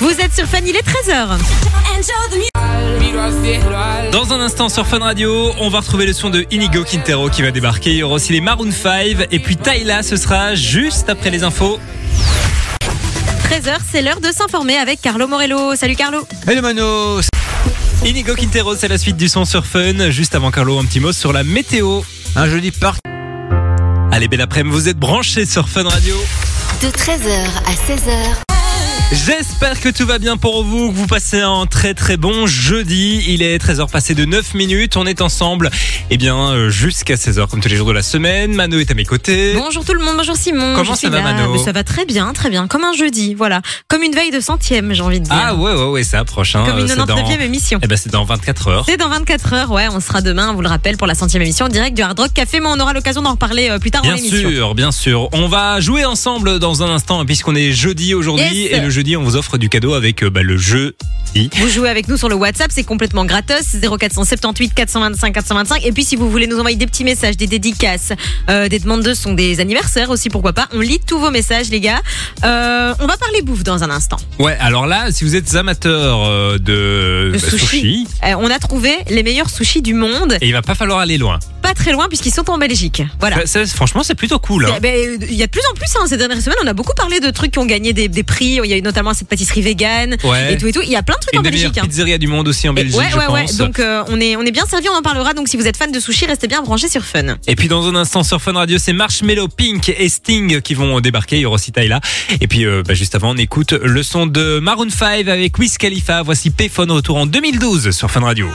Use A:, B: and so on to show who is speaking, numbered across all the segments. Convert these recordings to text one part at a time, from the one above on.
A: Vous êtes sur Fun, il est 13h.
B: Dans un instant sur Fun Radio, on va retrouver le son de Inigo Quintero qui va débarquer. Il y aura aussi les Maroon 5 et puis Tyla, ce sera juste après les infos.
A: 13h, c'est l'heure de s'informer avec Carlo Morello. Salut Carlo.
C: Hello Mano
B: Inigo Quintero, c'est la suite du son sur Fun. Juste avant Carlo, un petit mot sur la météo.
D: Hein
C: Un joli parc.
B: Allez, belle après-midi, vous êtes branchés sur Fun Radio.
E: De 13h à 16h,
B: J'espère que tout va bien pour vous, que vous passez un très très bon jeudi. Il est 13h passé de 9 minutes. On est ensemble eh bien euh, jusqu'à 16h comme tous les jours de la semaine. Mano est à mes côtés.
A: Bonjour tout le monde, bonjour Simon.
B: Comment
A: Je suis
B: ça va,
A: là.
B: Mano
A: Mais Ça va très bien, très bien. Comme un jeudi, voilà. Comme une veille de centième, j'ai envie de dire.
B: Ah ouais ouais ouais, ça approche hein.
A: Comme une
B: Euh, c'est
A: 99e
B: dans-
A: émission.
B: Eh ben c'est dans 24 heures.
A: C'est dans 24 heures, ouais, on sera demain, on vous le rappelle, pour la centième émission en direct du Hard Rock Café, mais on aura l'occasion d'en reparler euh, plus tard
B: Bien
A: dans l'émission.
B: sûr, bien sûr. On va jouer ensemble dans un instant puisqu'on est jeudi aujourd'hui
A: Yes.
B: et le jeudi on vous offre du cadeau avec euh, bah, le jeu.
A: Vous jouez avec nous sur le WhatsApp, c'est complètement gratos, 0478 425 425. Et puis si vous voulez nous envoyer des petits messages, des dédicaces, euh, des demandes de son, des anniversaires aussi, pourquoi pas, on lit tous vos messages les gars. Euh, on va parler bouffe dans un instant.
B: Ouais, alors là, si vous êtes amateur euh, de,
A: De
B: bah,
A: sushi. Euh, on a trouvé les meilleurs sushis du monde,
B: et il va pas falloir aller loin.
A: pas très loin puisqu'ils sont en Belgique. Voilà.
B: Ça, ça, franchement, c'est plutôt cool. hein.
A: Eh ben, Il y a de plus en plus hein, ces dernières semaines, on a beaucoup parlé de trucs qui ont gagné des, des prix. Il y a eu notamment cette pâtisserie vegan
B: Ouais.
A: et tout et tout. Il y a plein de trucs
B: Une
A: en
B: des meilleures
A: Belgique. hein.
B: pizzerias du monde aussi en Belgique,
A: ouais,
B: je
A: ouais, ouais.
B: pense.
A: Donc euh, on est on est bien servi, on en parlera. Donc si vous êtes fan de sushi, restez bien branchés sur Fun.
B: Et puis dans un instant sur Fun Radio, c'est Marshmello, Pink et Sting qui vont débarquer. Il y aura aussi Tyla. Et puis euh, bah, juste avant, on écoute le son de Maroon 5 avec Wiz Khalifa. Voici Payphone retour en 2012 sur Fun Radio.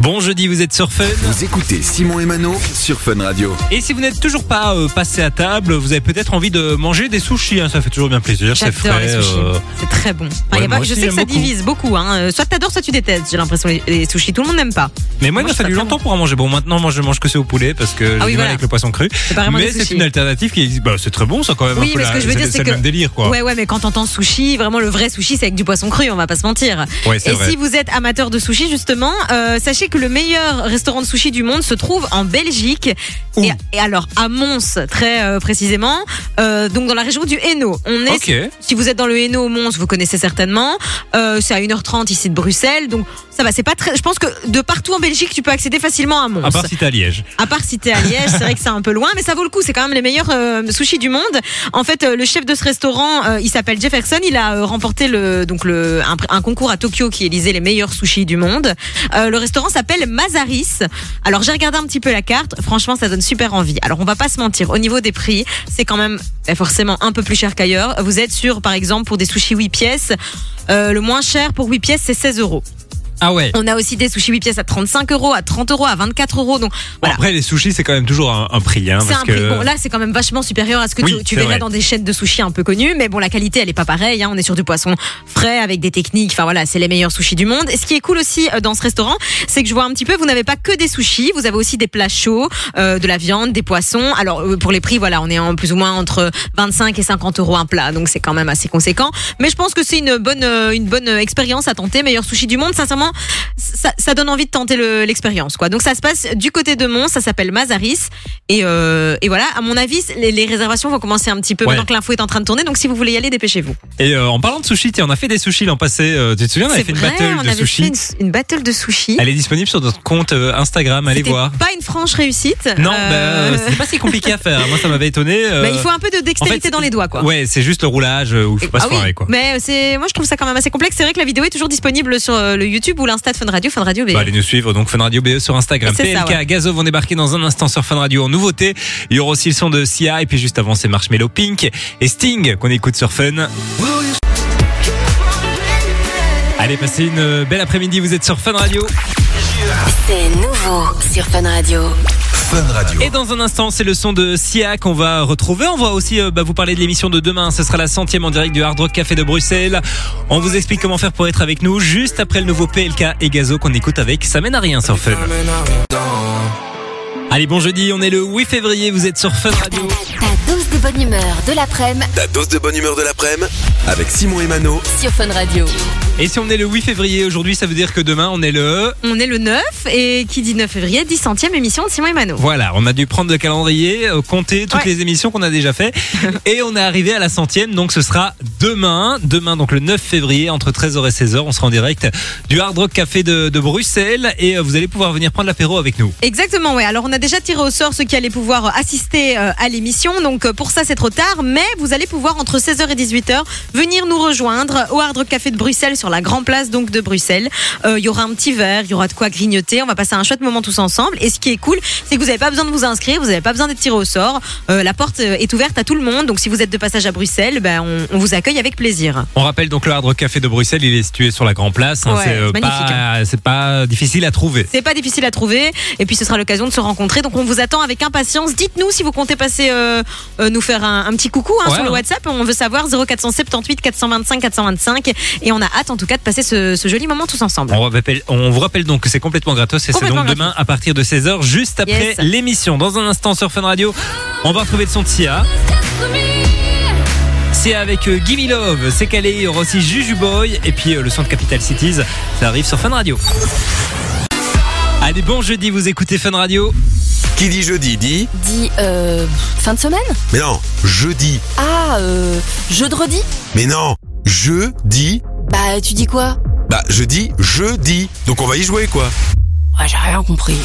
B: Bon jeudi, vous êtes sur Fun.
D: Vous écoutez Simon et Mano sur Fun Radio.
B: Et si vous n'êtes toujours pas euh, passé à table, vous avez peut-être envie de manger des sushis. hein. Ça fait toujours bien plaisir, c'est
A: J'adore
B: frais.
A: les sushis.
B: euh,
A: C'est très bon. Enfin,
B: ouais,
A: y a pas-
B: moi
A: je
B: aussi,
A: sais que ça
B: j'aime beaucoup.
A: divise beaucoup. Hein. Euh, Soit t'adores, soit tu détestes. J'ai l'impression les, les sushis, tout le monde n'aime pas.
B: Mais
A: Moi,
B: moi, il
A: je
B: m'a
A: suis pas
B: fallu
A: très
B: longtemps pour en manger. Bon, maintenant, moi, je mange que c'est au poulet parce que j'ai
A: oui,
B: du mal
A: voilà.
B: avec le poisson cru.
A: C'est pas vraiment
B: Mais
A: des
B: c'est
A: sushis.
B: une alternative qui, bah, c'est très bon, ça quand même.
A: Oui,
B: un peu
A: mais ce
B: la-
A: que je veux
B: c'est-
A: dire, c'est
B: c'est
A: que-
B: le même délire, quoi.
A: Ouais, ouais, mais quand t'entends sushi, vraiment le vrai sushi, c'est avec du poisson cru. On va pas se mentir.
B: Ouais, c'est
A: Et
B: vrai.
A: si vous êtes amateur de sushi, justement, euh, sachez que le meilleur restaurant de sushi du monde se trouve en Belgique.
B: Où
A: Et, et alors, à Mons, très euh, précisément, euh, donc dans la région du Hainaut. On est,
B: Ok.
A: Si vous êtes dans le Hainaut, Mons, vous connaissez certainement. Euh, c'est à 1h30 ici de Bruxelles. Donc, ça va, c'est pas très. Je pense que de partout en Belgique, tu peux accéder facilement à Mons.
B: À part si t'es à Liège.
A: À part si t'es à Liège, c'est vrai que c'est un peu loin, mais ça vaut le coup. C'est quand même les meilleurs euh, sushis du monde. En fait, euh, le chef de ce restaurant, euh, il s'appelle Jefferson. Il a euh, remporté le donc le un, pr- un concours à Tokyo qui élisait les meilleurs sushis du monde. Euh, le restaurant s'appelle Mazaris. Alors j'ai regardé un petit peu la carte. Franchement, ça donne super envie. Alors on va pas se mentir. Au niveau des prix, c'est quand même eh, forcément un peu plus cher qu'ailleurs. Vous êtes sur, par exemple, pour des sushis 8 pièces, euh, le moins cher pour 8 pièces, c'est 16 euros.
B: Ah ouais.
A: On a aussi des sushis 8 pièces à 35 euros, à 30 euros, à 24 euros. Donc
B: Bon,
A: voilà.
B: Après, les sushis, c'est quand même toujours un, un prix. Hein,
A: C'est
B: parce
A: un
B: que...
A: prix. Bon, là, c'est quand même vachement supérieur à ce que
B: Oui,
A: tu, tu
B: c'est
A: verrais
B: vrai.
A: dans des chaînes de sushis un peu connues. Mais bon, la qualité, elle est pas pareille. hein. On est sur du poisson frais avec des techniques. Enfin voilà, c'est les meilleurs sushis du monde. Et ce qui est cool aussi euh, dans ce restaurant, c'est que je vois un petit peu, vous n'avez pas que des sushis. Vous avez aussi des plats chauds, euh, de la viande, des poissons. Alors euh, pour les prix, voilà, on est en plus ou moins entre 25 et 50 euros un plat. Donc c'est quand même assez conséquent. Mais je pense que c'est une bonne, euh, une bonne euh, expérience à tenter. Meilleur sushi du monde, sincèrement, ça, ça donne envie de tenter le- l'expérience, quoi. Donc ça se passe du côté de Mons, ça s'appelle Mazaris, et, euh, et voilà. À mon avis, les, les réservations vont commencer un petit peu
B: Ouais.
A: maintenant que l'info est en train de tourner. Donc si vous voulez y aller, dépêchez-vous.
B: Et euh, en parlant de sushis, tiens, on a fait des sushis l'an passé. euh, tu te souviens, on avait fait une battle
A: on
B: de
A: avait fait
B: sushis.
A: une, une battle de sushi.
B: Elle est disponible sur notre compte euh, Instagram. Allez
A: C'était
B: voir.
A: Pas une franche réussite.
B: Non, bah,
A: Euh,
B: euh, c'est pas si compliqué à faire. Moi, ça m'avait étonné. euh,
A: bah, il faut un peu de
B: en fait,
A: dextérité dans les doigts, quoi.
B: Ouais, c'est juste le roulage euh, où il faut pas
A: Ah
B: se
A: oui,
B: foirer, quoi.
A: mais c'est, moi je trouve ça quand même assez complexe. C'est vrai que la vidéo est toujours disponible sur euh, le YouTube ou l'Insta de Fun Radio, Fun Radio. hein. BR.
B: Bah, allez nous suivre donc Fun Radio BE sur Instagram.
A: C'est
B: PLK,
A: ça, ouais.
B: Gazo vont débarquer dans un instant sur Fun Radio en nouveauté. Il y aura aussi le son de Sia et puis juste avant c'est Marshmello Pink et Sting qu'on écoute sur Fun. Allez, passez une euh, belle après-midi, vous êtes sur Fun Radio.
E: c'est nouveau sur Fun Radio.
D: Fun Radio.
B: Et dans un instant, c'est le son de Sia qu'on va retrouver. On va aussi euh, bah, vous parler de l'émission de demain. Ce sera la centième en direct du Hard Rock Café de Bruxelles. On vous explique comment faire pour être avec nous juste après le nouveau PLK et Gazo qu'on écoute avec Ça mène à rien sur Fun. Allez, bon jeudi, on est le 8 février, vous êtes sur Fun Radio.
E: Ta dose de bonne humeur de l'après-midi
D: Ta dose de bonne humeur de l'après-midi avec Simon et Mano
E: sur Fun Radio.
B: Et si on est le 8 février aujourd'hui, ça veut dire que demain on est le.
A: On est le 9 et qui dit 9 février, 10 centième émission de Simon et Mano.
B: Voilà, on a dû prendre le calendrier, euh, compter toutes
A: Ouais.
B: les émissions qu'on a déjà fait, et on est arrivé à la centième, donc ce sera demain, demain donc le 9 février entre 13h et 16h, on sera en direct du Hard Rock Café de, de Bruxelles, et euh, vous allez pouvoir venir prendre l'apéro avec nous.
A: Exactement, ouais. Alors on a déjà tiré au sort ceux qui allaient pouvoir euh, assister euh, à l'émission. Donc euh, pour ça c'est trop tard, mais vous allez pouvoir entre 16h et 18h venir nous rejoindre au Hard Rock Café de Bruxelles sur la grande place donc de Bruxelles. Euh, Il y aura un petit verre, il y aura de quoi grignoter, on va passer un chouette moment tous ensemble. Et ce qui est cool, c'est que vous n'avez pas besoin de vous inscrire, vous n'avez pas besoin d'être tiré au sort. Euh, la porte euh, est ouverte à tout le monde, donc si vous êtes de passage à Bruxelles, ben, on- on vous accueille avec plaisir.
B: On rappelle donc le Hard Rock Café de Bruxelles, il est situé sur la Grand Place, hein,
A: Ouais,
B: c'est euh,
A: c'est magnifique, hein.
B: pas, c'est pas difficile à trouver.
A: C'est pas difficile à trouver et puis ce sera l'occasion de se rencontrer. Donc on vous attend avec impatience. Dites-nous si vous comptez passer euh, euh, nous faire un, un petit coucou hein,
B: Ouais,
A: sur le
B: hein.
A: WhatsApp. On veut savoir 0478 425 425 et on a hâte en tout cas de passer ce, ce joli moment tous ensemble.
B: On, rappelle- on vous rappelle donc que c'est complètement gratos et c'est
A: Complètement
B: donc demain à partir de 16h, juste après
A: Yes.
B: l'émission. Dans un instant sur Fun Radio, on va retrouver le son de Sia. Sia avec euh, Gimme Love, c'est calé, il y aura aussi Juju Boy et puis euh, le son de Capital Cities, ça arrive sur Fun Radio. Allez, bon jeudi, vous écoutez Fun Radio.
D: Qui dit jeudi dit.
E: Dis, euh, fin de semaine
D: Mais non, jeudi.
E: Ah, euh, jeudi
D: Mais non, jeudi.
E: Bah, tu dis quoi
D: Bah, jeudi, jeudi. Donc on va y jouer quoi.
E: Ouais, j'ai rien compris.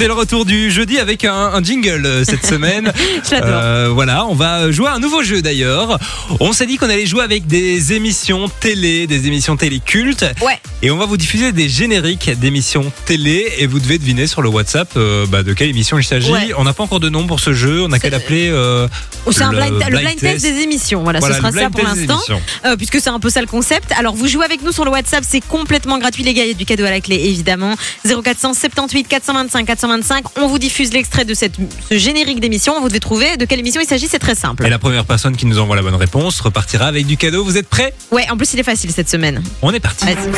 B: C'est le retour du jeudi avec un, un jingle euh, cette semaine.
A: Je l'adore.
B: Euh, voilà, on va jouer à un nouveau jeu d'ailleurs. On s'est dit qu'on allait jouer avec des émissions télé, des émissions télé cultes.
A: Ouais.
B: Et on va vous diffuser des génériques d'émissions télé et vous devez deviner sur le WhatsApp euh, bah, de quelle émission il s'agit.
A: Ouais.
B: On n'a pas encore de nom pour ce jeu, on a qu'à l'appeler. euh,
A: C'est un
B: le
A: blind, le
B: blind
A: blind test
B: test.
A: des émissions. Voilà,
B: voilà,
A: ce
B: le
A: sera ça
B: blind
A: pour
B: test des
A: l'instant.
B: émissions.
A: Euh, puisque c'est un peu ça le concept. Alors vous jouez avec nous sur le WhatsApp, c'est complètement gratuit les gars, il y a du cadeau à la clé évidemment. 0478 425 425, on vous diffuse l'extrait de cette, ce générique d'émission, vous devez trouver de quelle émission il s'agit, c'est très
B: Et
A: simple.
B: la première personne qui nous envoie la bonne réponse repartira avec du cadeau. Vous êtes prêts
A: Ouais, en plus il est facile cette semaine.
B: On est parti.
A: Vas-y.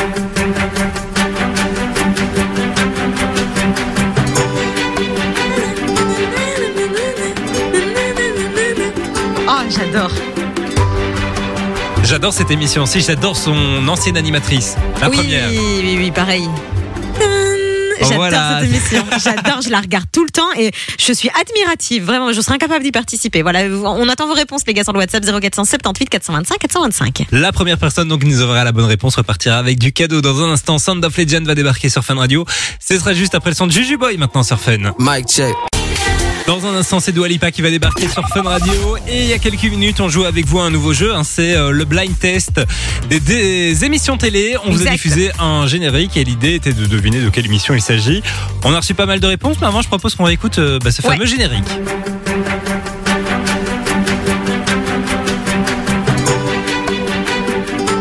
A: Oh, j'adore.
B: J'adore cette émission aussi, j'adore son ancienne animatrice, la
A: oui,
B: première.
A: Oui, oui, oui, pareil. J'adore
B: Voilà.
A: cette émission. J'adore, je la regarde tout le temps et je suis admirative. Vraiment, je serais incapable d'y participer. Voilà, on attend vos réponses, les gars, sur le WhatsApp 0478 425 425.
B: La première personne donc qui nous enverra la bonne réponse repartira avec du cadeau. Dans un instant, Sound of Legend va débarquer sur Fun Radio. Ce sera juste après le son de Juju Boy maintenant sur Fun.
C: Mic check.
B: Dans un instant, c'est Dua Lipa qui va débarquer sur Fun Radio. Et il y a quelques minutes, on joue avec vous à un nouveau jeu. hein. c'est euh, le blind test des, des émissions télé. On vous a
A: Exact.
B: diffusé un générique et l'idée était de deviner de quelle émission il s'agit. On a reçu pas mal de réponses, mais avant, je propose qu'on réécoute euh, bah, ce
A: Ouais.
B: fameux générique.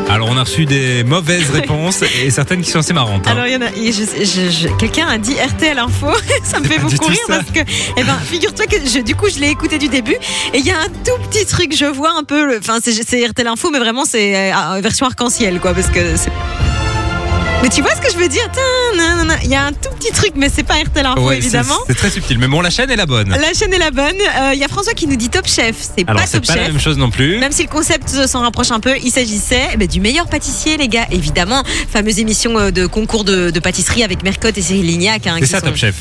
B: Alors, on a reçu des mauvaises réponses et certaines qui sont assez marrantes. hein.
A: Alors, il y en a. je- je- je- Quelqu'un a dit RTL Info. ça me fait
B: pas
A: beaucoup
B: du tout
A: rire
B: ça.
A: parce que, eh ben, figure-toi que je, du coup, je l'ai écouté du début et il y a un tout petit truc, je vois un peu. le- Enfin, c'est c'est RTL Info, mais vraiment, c'est euh, ah, version arc-en-ciel, quoi, parce que c'est. Mais tu vois ce que je veux dire Tin, nan, nan, nan. Il y a un tout petit truc, mais c'est pas RTL Info,
B: Ouais, c'est-
A: évidemment.
B: C'est très subtil, mais bon, la chaîne est la bonne.
A: La chaîne est la bonne. Euh, Il y a François qui nous dit Top Chef. C'est
B: Alors,
A: pas
B: c'est
A: Top
B: pas la
A: Chef.
B: même chose non plus.
A: Même si le concept euh, s'en rapproche un peu, il s'agissait eh ben, du meilleur pâtissier, les gars. Évidemment, fameuse émission euh, de concours de, de pâtisserie avec Mercotte et Cyril Lignac. hein,
B: C'est
A: qui
B: ça,
A: sont-
B: Top Chef.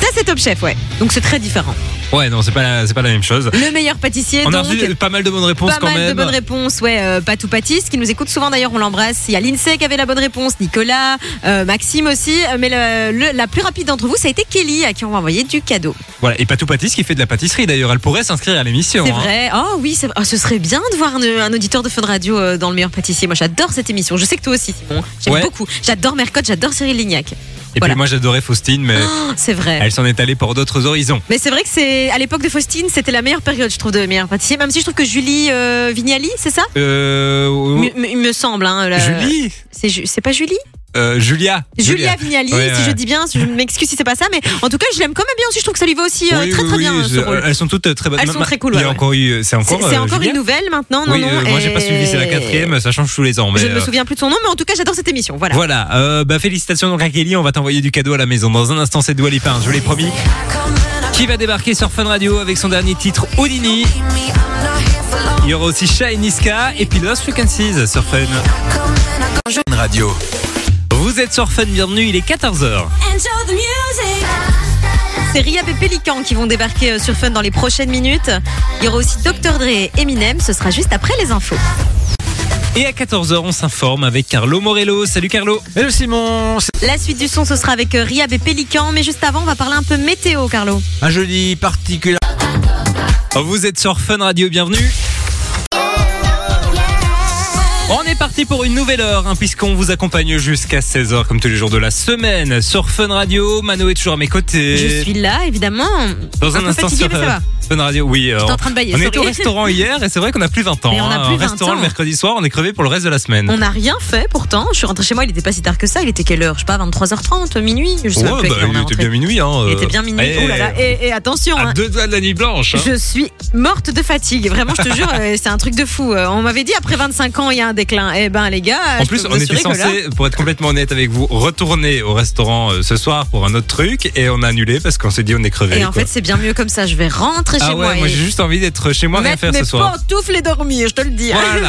A: Ça, c'est Top Chef, ouais. Donc, c'est très différent.
B: Ouais, non, c'est pas la, c'est pas la même chose.
A: Le meilleur pâtissier,
B: On a euh,
A: donc.
B: reçu pas mal de bonnes réponses
A: Pas
B: quand
A: mal de
B: même.
A: bonnes réponses, ouais. euh, Patou Pâtisse, qui nous écoute souvent d'ailleurs, on l'embrasse. Il y a l'INSEE qui avait la bonne réponse, Nicolas, euh, Maxime aussi. euh, Mais le- le- la plus rapide d'entre vous, ça a été Kelly, à qui on va envoyer du cadeau.
B: Voilà, et Patou Patis qui fait de la pâtisserie d'ailleurs, elle pourrait s'inscrire à l'émission.
A: C'est
B: hein.
A: vrai. Oh oui, c'est- oh, ce serait bien de voir un, un auditeur de Fun Radio euh, dans le meilleur pâtissier. Moi, j'adore cette émission. Je sais que toi aussi, Simon. J'aime
B: Ouais.
A: beaucoup. J'adore Mercotte, j'adore Cyril Lignac.
B: Et
A: Voilà.
B: puis moi j'adorais Faustine, mais
A: Oh, c'est vrai.
B: Euh. elle s'en est allée pour d'autres horizons.
A: Mais c'est vrai que c'est à l'époque de Faustine, c'était la meilleure période, je trouve, de meilleur pâtissier. Même si je trouve que Julie euh, Vignali, c'est ça
B: Euh,
A: M- m- Il me semble. Hein, la-
B: Julie
A: C'est Ju- c'est pas Julie
B: Euh, Julia.
A: Julia Vignali,
B: Ouais,
A: si
B: ouais.
A: je dis bien, si je m'excuse si c'est pas ça, mais en tout cas, je l'aime quand même bien aussi. Je trouve que ça lui va aussi euh,
B: Oui,
A: très
B: oui,
A: très
B: oui,
A: bien. ce
B: je-
A: rôle.
B: elles sont toutes très bonnes.
A: Elles sont
B: Ma-
A: très cool,
B: Il y
A: ouais,
B: a
A: ouais.
B: encore eu, c'est
A: C'est
B: encore.
A: c'est
B: euh,
A: encore
B: Julia
A: une nouvelle maintenant, non,
B: Oui,
A: non
B: euh, moi j'ai pas
A: et-
B: suivi, c'est la quatrième, ça change tous les ans. Mais
A: Je ne me
B: euh,
A: souviens plus de son nom, mais en tout cas, j'adore cette émission. Voilà.
B: Voilà, euh, bah, félicitations donc à Kelly, on va t'envoyer du cadeau à la maison. Dans un instant, c'est Dua Lipa, hein, je vous l'ai promis. Qui va débarquer sur Fun Radio avec son dernier titre, Houdini. Il y aura aussi Sha et Niska et puis Lost Frequencies sur Fun.
D: Radio.
B: Vous êtes sur Fun, bienvenue, il est 14h.
A: C'est Ria et Pélican qui vont débarquer euh, sur Fun dans les prochaines minutes. Il y aura aussi Dr. Dre et Eminem. Ce sera juste après les infos.
B: Et à 14h, on s'informe avec Carlo Morello. Salut Carlo.
C: Hello Simon, c'est
A: La suite du son, ce sera avec euh, Ria et Pélican. Mais juste avant, on va parler un peu météo, Carlo.
C: un jeudi particulier.
B: Oh, Vous êtes sur Fun Radio, bienvenue. On est parti pour une nouvelle heure, hein, puisqu'on vous accompagne jusqu'à 16h, comme tous les jours de la semaine, sur Fun Radio. Mano est toujours à mes côtés.
A: Je suis là, évidemment.
B: Dans
A: un
B: un,
A: peu
B: instant
A: fatiguée,
B: sur
A: mais ça
B: euh,
A: va.
B: Fun Radio, oui. euh,
A: J'étais
B: on-
A: en train de bailler.
B: on
A: sorry.
B: était au restaurant hier et c'est vrai qu'on a plus 20 ans.
A: Mais on a
B: hein.
A: plus
B: Au
A: 20
B: restaurant
A: ans.
B: le mercredi soir, on est crevé pour le reste de la semaine.
A: On n'a rien fait pourtant. Je suis rentrée chez moi, il était pas si tard que ça. Il était quelle heure Je sais pas, 23h30, minuit Je sais même plus à
B: bah,
A: quelle heure on est
B: il était
A: rentré.
B: bien minuit. Hein,
A: Il
B: euh.
A: était bien minuit.
B: Eh,
A: Oh là là. Et, et attention,
B: À
A: hein,
B: deux doigts de la nuit blanche. hein.
A: je suis morte de fatigue. Vraiment, je te jure, euh, c'est un truc de fou. Euh, On m'avait dit après 25 ans, il y a un déclin. Eh ben, les gars,
B: En
A: je
B: plus,
A: peux vous
B: on était
A: assurer que là-
B: censé, pour être complètement honnête avec vous, retourner au restaurant euh, ce soir pour un autre truc et on a annulé parce qu'on s'est dit on est crevé.
A: Et en
B: quoi.
A: fait, c'est bien mieux comme ça. Je vais rentrer
B: ah
A: chez
B: ouais,
A: moi.
B: moi,
A: et
B: j'ai juste envie d'être chez moi rien
A: Mettre
B: faire
A: mes
B: ce soir.
A: pantoufles et dormir, je te le dis. hein.
B: Voilà.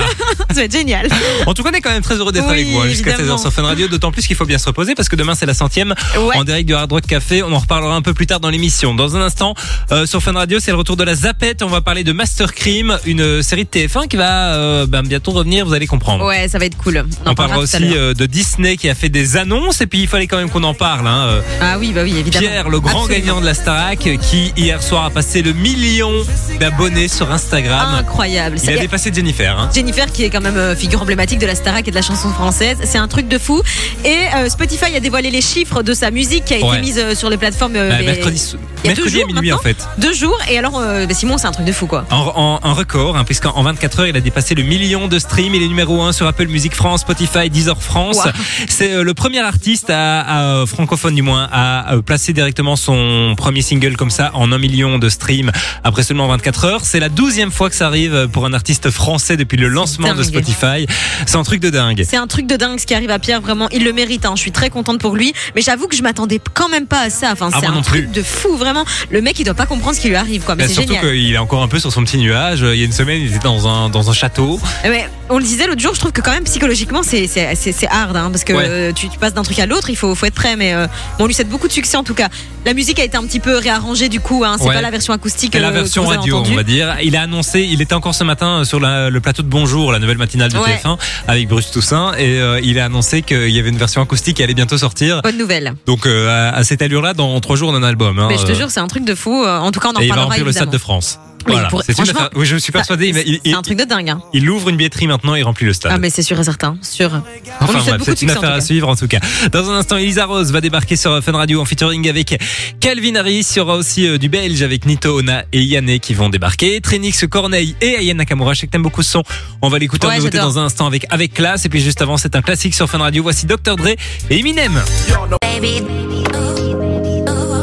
A: ça va être génial.
B: En tout cas, on est quand même très heureux d'être
A: Oui,
B: avec vous hein, jusqu'à
A: évidemment.
B: 16h sur Fun Radio, d'autant plus qu'il faut bien se reposer parce que demain c'est la centième
A: Ouais.
B: en direct du Hard Rock Café. On en reparlera un peu plus tard dans l'émission. Dans un instant, euh, sur Fun Radio, c'est le retour de la Zapette. On va parler de Master Crime, une euh, série de TF1 qui va euh, ben, bientôt revenir, vous allez comprendre.
A: Ouais, ça va être cool. On, en
B: On parlera
A: tout à
B: aussi
A: l'heure.
B: euh, de Disney qui a fait des annonces et puis il fallait quand même qu'on en parle. Hein. euh,
A: Ah oui, bah oui, évidemment.
B: Pierre, le grand
A: Absolument.
B: gagnant de la Starac, euh, qui hier soir a passé le million d'abonnés sur
A: Ah,
B: Instagram.
A: Incroyable.
B: Il
A: C'est-
B: a dépassé Jennifer. hein.
A: Jennifer, qui est quand même euh, figure emblématique de la Starac et de la chanson française, c'est un truc de fou. Et euh, Spotify a dévoilé les chiffres de sa musique qui a été
B: Ouais.
A: mise euh, sur les plateformes euh,
B: Bah,
A: les-
B: mercredi, sou-
A: il y a deux
B: mercredi à
A: jours
B: minuit en
A: maintenant
B: fait.
A: deux jours. Et alors, euh, bah, Simon, c'est un truc de fou, quoi.
B: En, en- en record, hein, puisqu'en en 24 heures, il a dépassé le million de streams. Il est numéro 1 sur Apple Music France, Spotify, Deezer France.
A: Wow.
B: C'est euh, le premier artiste à, à, euh, francophone du moins à euh, placer directement son premier single comme ça en un million de streams après seulement 24 heures. C'est la douzième fois que ça arrive euh, pour un artiste français depuis le lancement de
A: dingue.
B: Spotify. C'est un truc de dingue.
A: C'est un truc de dingue ce qui arrive à Pierre, vraiment. Il le mérite, hein. je suis très contente pour lui. Mais j'avoue que je m'attendais quand même pas à ça. Enfin,
B: Ah,
A: c'est
B: moi
A: un
B: non
A: truc
B: plus.
A: de fou, vraiment. Le mec, il doit pas comprendre ce qui lui arrive, quoi. Mais
B: Bah,
A: c'est
B: surtout
A: génial.
B: qu'il est encore un peu sur son petit nuage. Il y a une semaine, il était dans un, dans un château.
A: Mais on le disait l'autre jour, je trouve que quand même psychologiquement c'est c'est c'est- c'est hard hein, parce que
B: Ouais.
A: euh, tu, tu passes d'un truc à l'autre, il faut faut être prêt. Mais euh, bon, on lui souhaite beaucoup de succès en tout cas. La musique a été un petit peu réarrangée du coup. Hein, c'est
B: Ouais.
A: pas la version acoustique.
B: C'est la
A: euh,
B: version
A: que vous avez
B: radio,
A: entendue.
B: on va dire. Il a annoncé, il était encore ce matin sur la- le plateau de Bonjour, la nouvelle matinale de
A: Ouais.
B: TF1, avec Bruce Toussaint, et euh, il a annoncé qu'il y avait une version acoustique qui allait bientôt sortir.
A: Bonne nouvelle.
B: Donc euh, à, à cette allure-là, dans trois jours, on a un album. hein.
A: mais je te
B: Euh,
A: jure, c'est un truc de fou. Euh, En tout cas, on en
B: et il va
A: parlera
B: remplir le Stade de
A: évidemment.
B: France.
A: Mais
B: Voilà.
A: pour-
B: C'est une
A: franchement,
B: affaire- Oui, je suis persuadé. il, il-
A: C'est un truc de dingue. hein.
B: il ouvre une billetterie maintenant, il remplit le stade.
A: Ah mais c'est sûr et certain, sûr. on lui
B: Enfin,
A: souhaite
B: bref,
A: beaucoup de
B: c'est une
A: succès, en
B: affaire
A: tout
B: à
A: cas.
B: suivre en tout cas. Dans un instant, Elisa Rose va débarquer sur Fun Radio en featuring avec Calvin Harris. Il y aura aussi euh, du Belge avec Nito Ona et Yanné qui vont débarquer. Trinix Corneille et Ayana Nakamura. Je sais que t'aimes beaucoup ce son. On va l'écouter en
A: Ouais,
B: nouveauté
A: j'adore.
B: dans un instant avec avec classe. Et puis juste avant, c'est un classique sur Fun Radio. Voici Dr Dre et Eminem.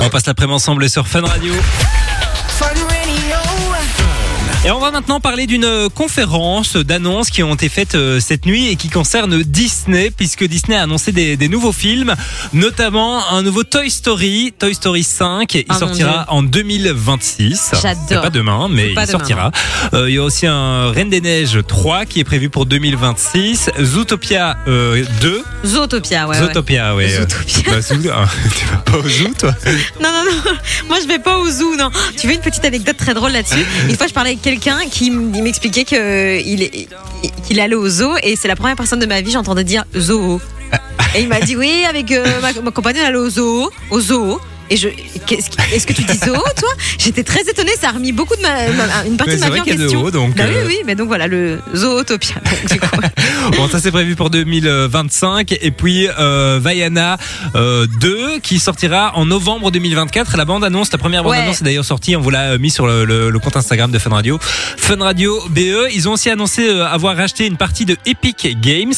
B: On passe l'après-midi ensemble sur Fun Radio. Et on va maintenant parler d'une euh, conférence d'annonces qui ont été faites euh, cette nuit et qui concerne Disney, puisque Disney a annoncé des, des nouveaux films, notamment un nouveau Toy Story, Toy Story 5. Il
A: Ah, mon
B: sortira en 2026.
A: J'adore.
B: C'est Pas demain, mais
A: C'est pas
B: il
A: demain.
B: sortira. Euh, il y a aussi un Reine des Neiges 3 qui est prévu pour 2026, Zootopia euh, 2.
A: Zootopia, ouais. ouais.
B: Zootopia, ouais.
A: Zootopia.
B: Bah, Zoo- ah, tu vas pas au zoo, toi
A: Non, non, non. Moi, je vais pas au zoo, non. Tu veux une petite anecdote très drôle là-dessus Une fois, je parlais avec quelqu'un qui m- il m'expliquait qu'il est- qu'il allait au zoo et c'est la première personne de ma vie, j'entendais dire zoo. Et il m'a dit, oui, avec euh, ma, ma compagne, on allait au zoo. Au zoo. Et je, qu'est-ce qui- est-ce que tu dis zoo, toi J'étais très étonnée, ça a remis beaucoup de ma, ma- une partie de
B: Mais c'est
A: ma
B: vrai
A: vie en
B: qu'il y a de
A: question.
B: haut, donc,
A: Bah
B: euh,
A: oui, oui, mais donc voilà, le zootopia. Donc, du coup,
B: Bon, ça c'est prévu pour 2025. Et puis euh, Vaiana euh, 2 qui sortira en novembre 2024. La bande annonce, la première bande
A: Ouais.
B: annonce est d'ailleurs sortie. On vous l'a euh, mis sur le, le- le compte Instagram de Fun Radio. Fun Radio BE. Ils ont aussi annoncé euh, avoir racheté une partie de Epic Games,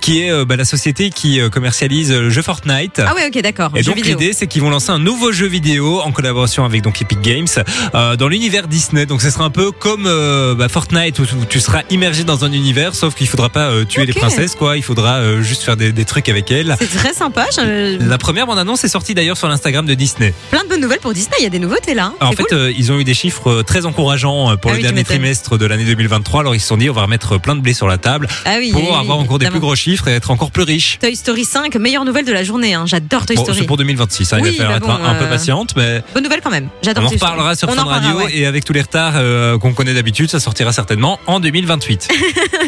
B: qui est euh, bah, la société qui euh, commercialise le jeu Fortnite.
A: Ah ouais, ok, d'accord.
B: Et
A: jeux
B: donc
A: vidéo.
B: l'idée c'est qu'ils vont lancer un nouveau jeu vidéo en collaboration avec donc Epic Games euh, dans l'univers Disney. Donc ce sera un peu comme euh, bah, Fortnite où tu- où tu seras immergé dans un univers, sauf qu'il faudra pas euh, tuer les
A: Ok.
B: princesses, quoi. Il faudra euh, juste faire des, des trucs avec elles.
A: C'est très sympa. je-
B: La première bande annonce est sortie d'ailleurs sur l'Instagram de Disney.
A: Plein de bonnes nouvelles pour Disney. Il y a des nouveautés là. hein.
B: Alors, en
A: C'est
B: fait,
A: cool.
B: euh, ils ont eu des chiffres euh, très encourageants euh, pour
A: Ah oui,
B: le
A: tu
B: dernier
A: m'étonnes.
B: trimestre de l'année 2023. Alors ils se sont dit, on va remettre euh, plein de blé sur la table
A: ah oui,
B: pour
A: oui, oui,
B: avoir encore des
A: évidemment.
B: plus gros chiffres et être encore plus riche.
A: Toy Story 5, meilleure nouvelle de la journée. hein. J'adore Toy
B: Bon,
A: Story.
B: c'est pour 2026, hein,
A: Oui,
B: il va falloir
A: bah
B: être
A: bon,
B: un, un peu
A: euh,
B: patiente, mais
A: Bonne nouvelle quand même. J'adore
B: on en
A: Toy Story.
B: reparlera sur
A: On en
B: Fun Radio
A: reparlera, ouais.
B: et avec tous les retards euh, qu'on connaît d'habitude, ça sortira certainement en 2028.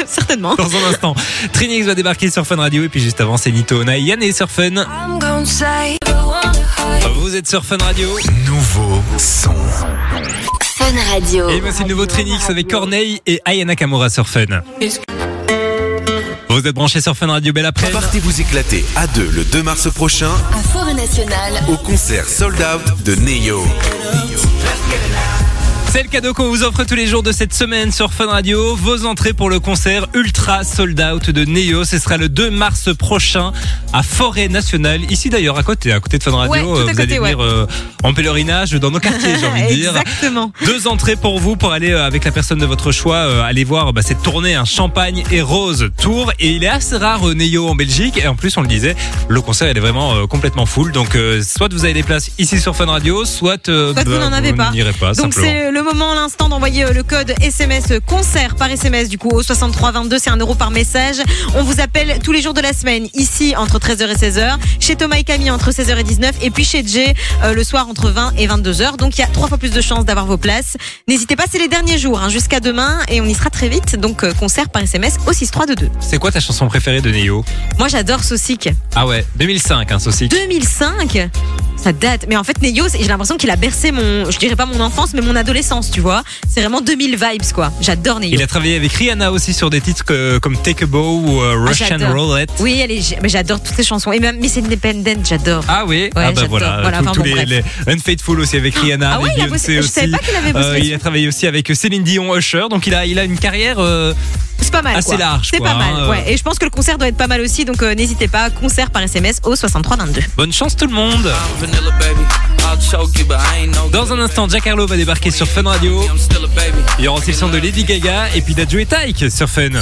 A: Certainement.
B: Dans un instant, Trinix va débarquer sur Fun Radio et puis juste avant, c'est Nito, Ona et Yann et sur Fun.
D: I'm gonna say
B: Vous êtes sur Fun Radio
D: nouveau son.
F: Fun Radio.
B: et voici le nouveau Trinix avec Corneille et Ayana Kamura sur Fun.
E: Est-ce que-
B: Vous êtes branchés sur Fun Radio, belle après.
G: Partez vous éclater à deux le 2 mars prochain
F: À Forêt Nationale.
G: au concert Sold Out de Neo.
B: C'est le cadeau qu'on vous offre tous les jours de cette semaine sur Fun Radio. Vos entrées pour le concert Ultra Sold Out de Neo. Ce sera le 2 mars prochain à Forêt Nationale. Ici d'ailleurs, à côté, à côté de Fun Radio.
A: Ouais, tout à
B: euh, vous
A: côté,
B: allez
A: ouais.
B: venir euh, en pèlerinage dans nos quartiers, j'ai envie de dire.
A: Exactement.
B: Deux entrées pour vous pour aller euh, avec la personne de votre choix euh, aller voir bah, cette tournée un Champagne et Rose Tour et il est assez rare euh, Neo en Belgique et en plus on le disait le concert il est vraiment euh, complètement full donc euh, soit vous avez des places ici sur Fun Radio soit, euh,
A: Soit vous n'en avez pas.
B: n'irez pas
A: Donc
B: Ah, simplement.
A: c'est le moment, l'instant d'envoyer euh, le code SMS euh, concert par SMS du coup au 6322, c'est un euro par message. On vous appelle tous les jours de la semaine, ici entre 13h et 16h, chez Thomas et Camille entre 16h et 19h, et puis chez Jay euh, le soir entre 20 et 22h. Donc il y a trois fois plus de chances d'avoir vos places. N'hésitez pas, c'est les derniers jours, hein, jusqu'à demain, et on y sera très vite. Donc euh, concert par SMS au 6322.
B: C'est quoi ta chanson préférée de Neo
A: Moi j'adore Saucic.
B: Ah ouais, 2005, hein, Saucic.
A: 2005 ça date, mais en fait Neo, c'est- j'ai l'impression qu'il a bercé mon, je dirais pas mon enfance, mais mon adolescence, tu vois. C'est vraiment 2000 vibes quoi. J'adore Neo.
B: Il a travaillé avec Rihanna aussi sur des titres que- comme Take a Bow ou euh,
A: Ah,
B: Russian
A: j'adore.
B: Roulette.
A: Oui, elle est gé- mais j'adore toutes ses chansons et même Miss Independent, j'adore.
B: Ah oui, ah bah
A: j'adore.
B: voilà,
A: Voilà,
B: tous,
A: enfin,
B: tous
A: bon,
B: les,
A: bref.
B: les Unfaithful aussi avec Rihanna,
A: Ah ouais,
B: avec
A: il a
B: Beyoncé
A: bossé. Je
B: aussi.
A: savais pas qu'il avait bossé
B: Euh, il a
A: là-dessus.
B: travaillé aussi avec Céline Dion, Usher, donc il a, il a une carrière. euh,
A: C'est pas mal.
B: assez
A: quoi.
B: large,
A: C'est
B: quoi,
A: pas mal.
B: hein,
A: ouais. Et je pense que le concert doit être pas mal aussi, donc euh, n'hésitez pas. Concert par SMS au 6322.
B: Bonne chance tout le monde.
H: vanilla baby. I'll choke you, but I ain't no.
B: Dans un instant, Jack Harlow va débarquer sur Fun Radio.
H: I'm still a baby.
B: Il y aura aussi le son de Lady Gaga et puis d'Adjo et Tyke sur Fun.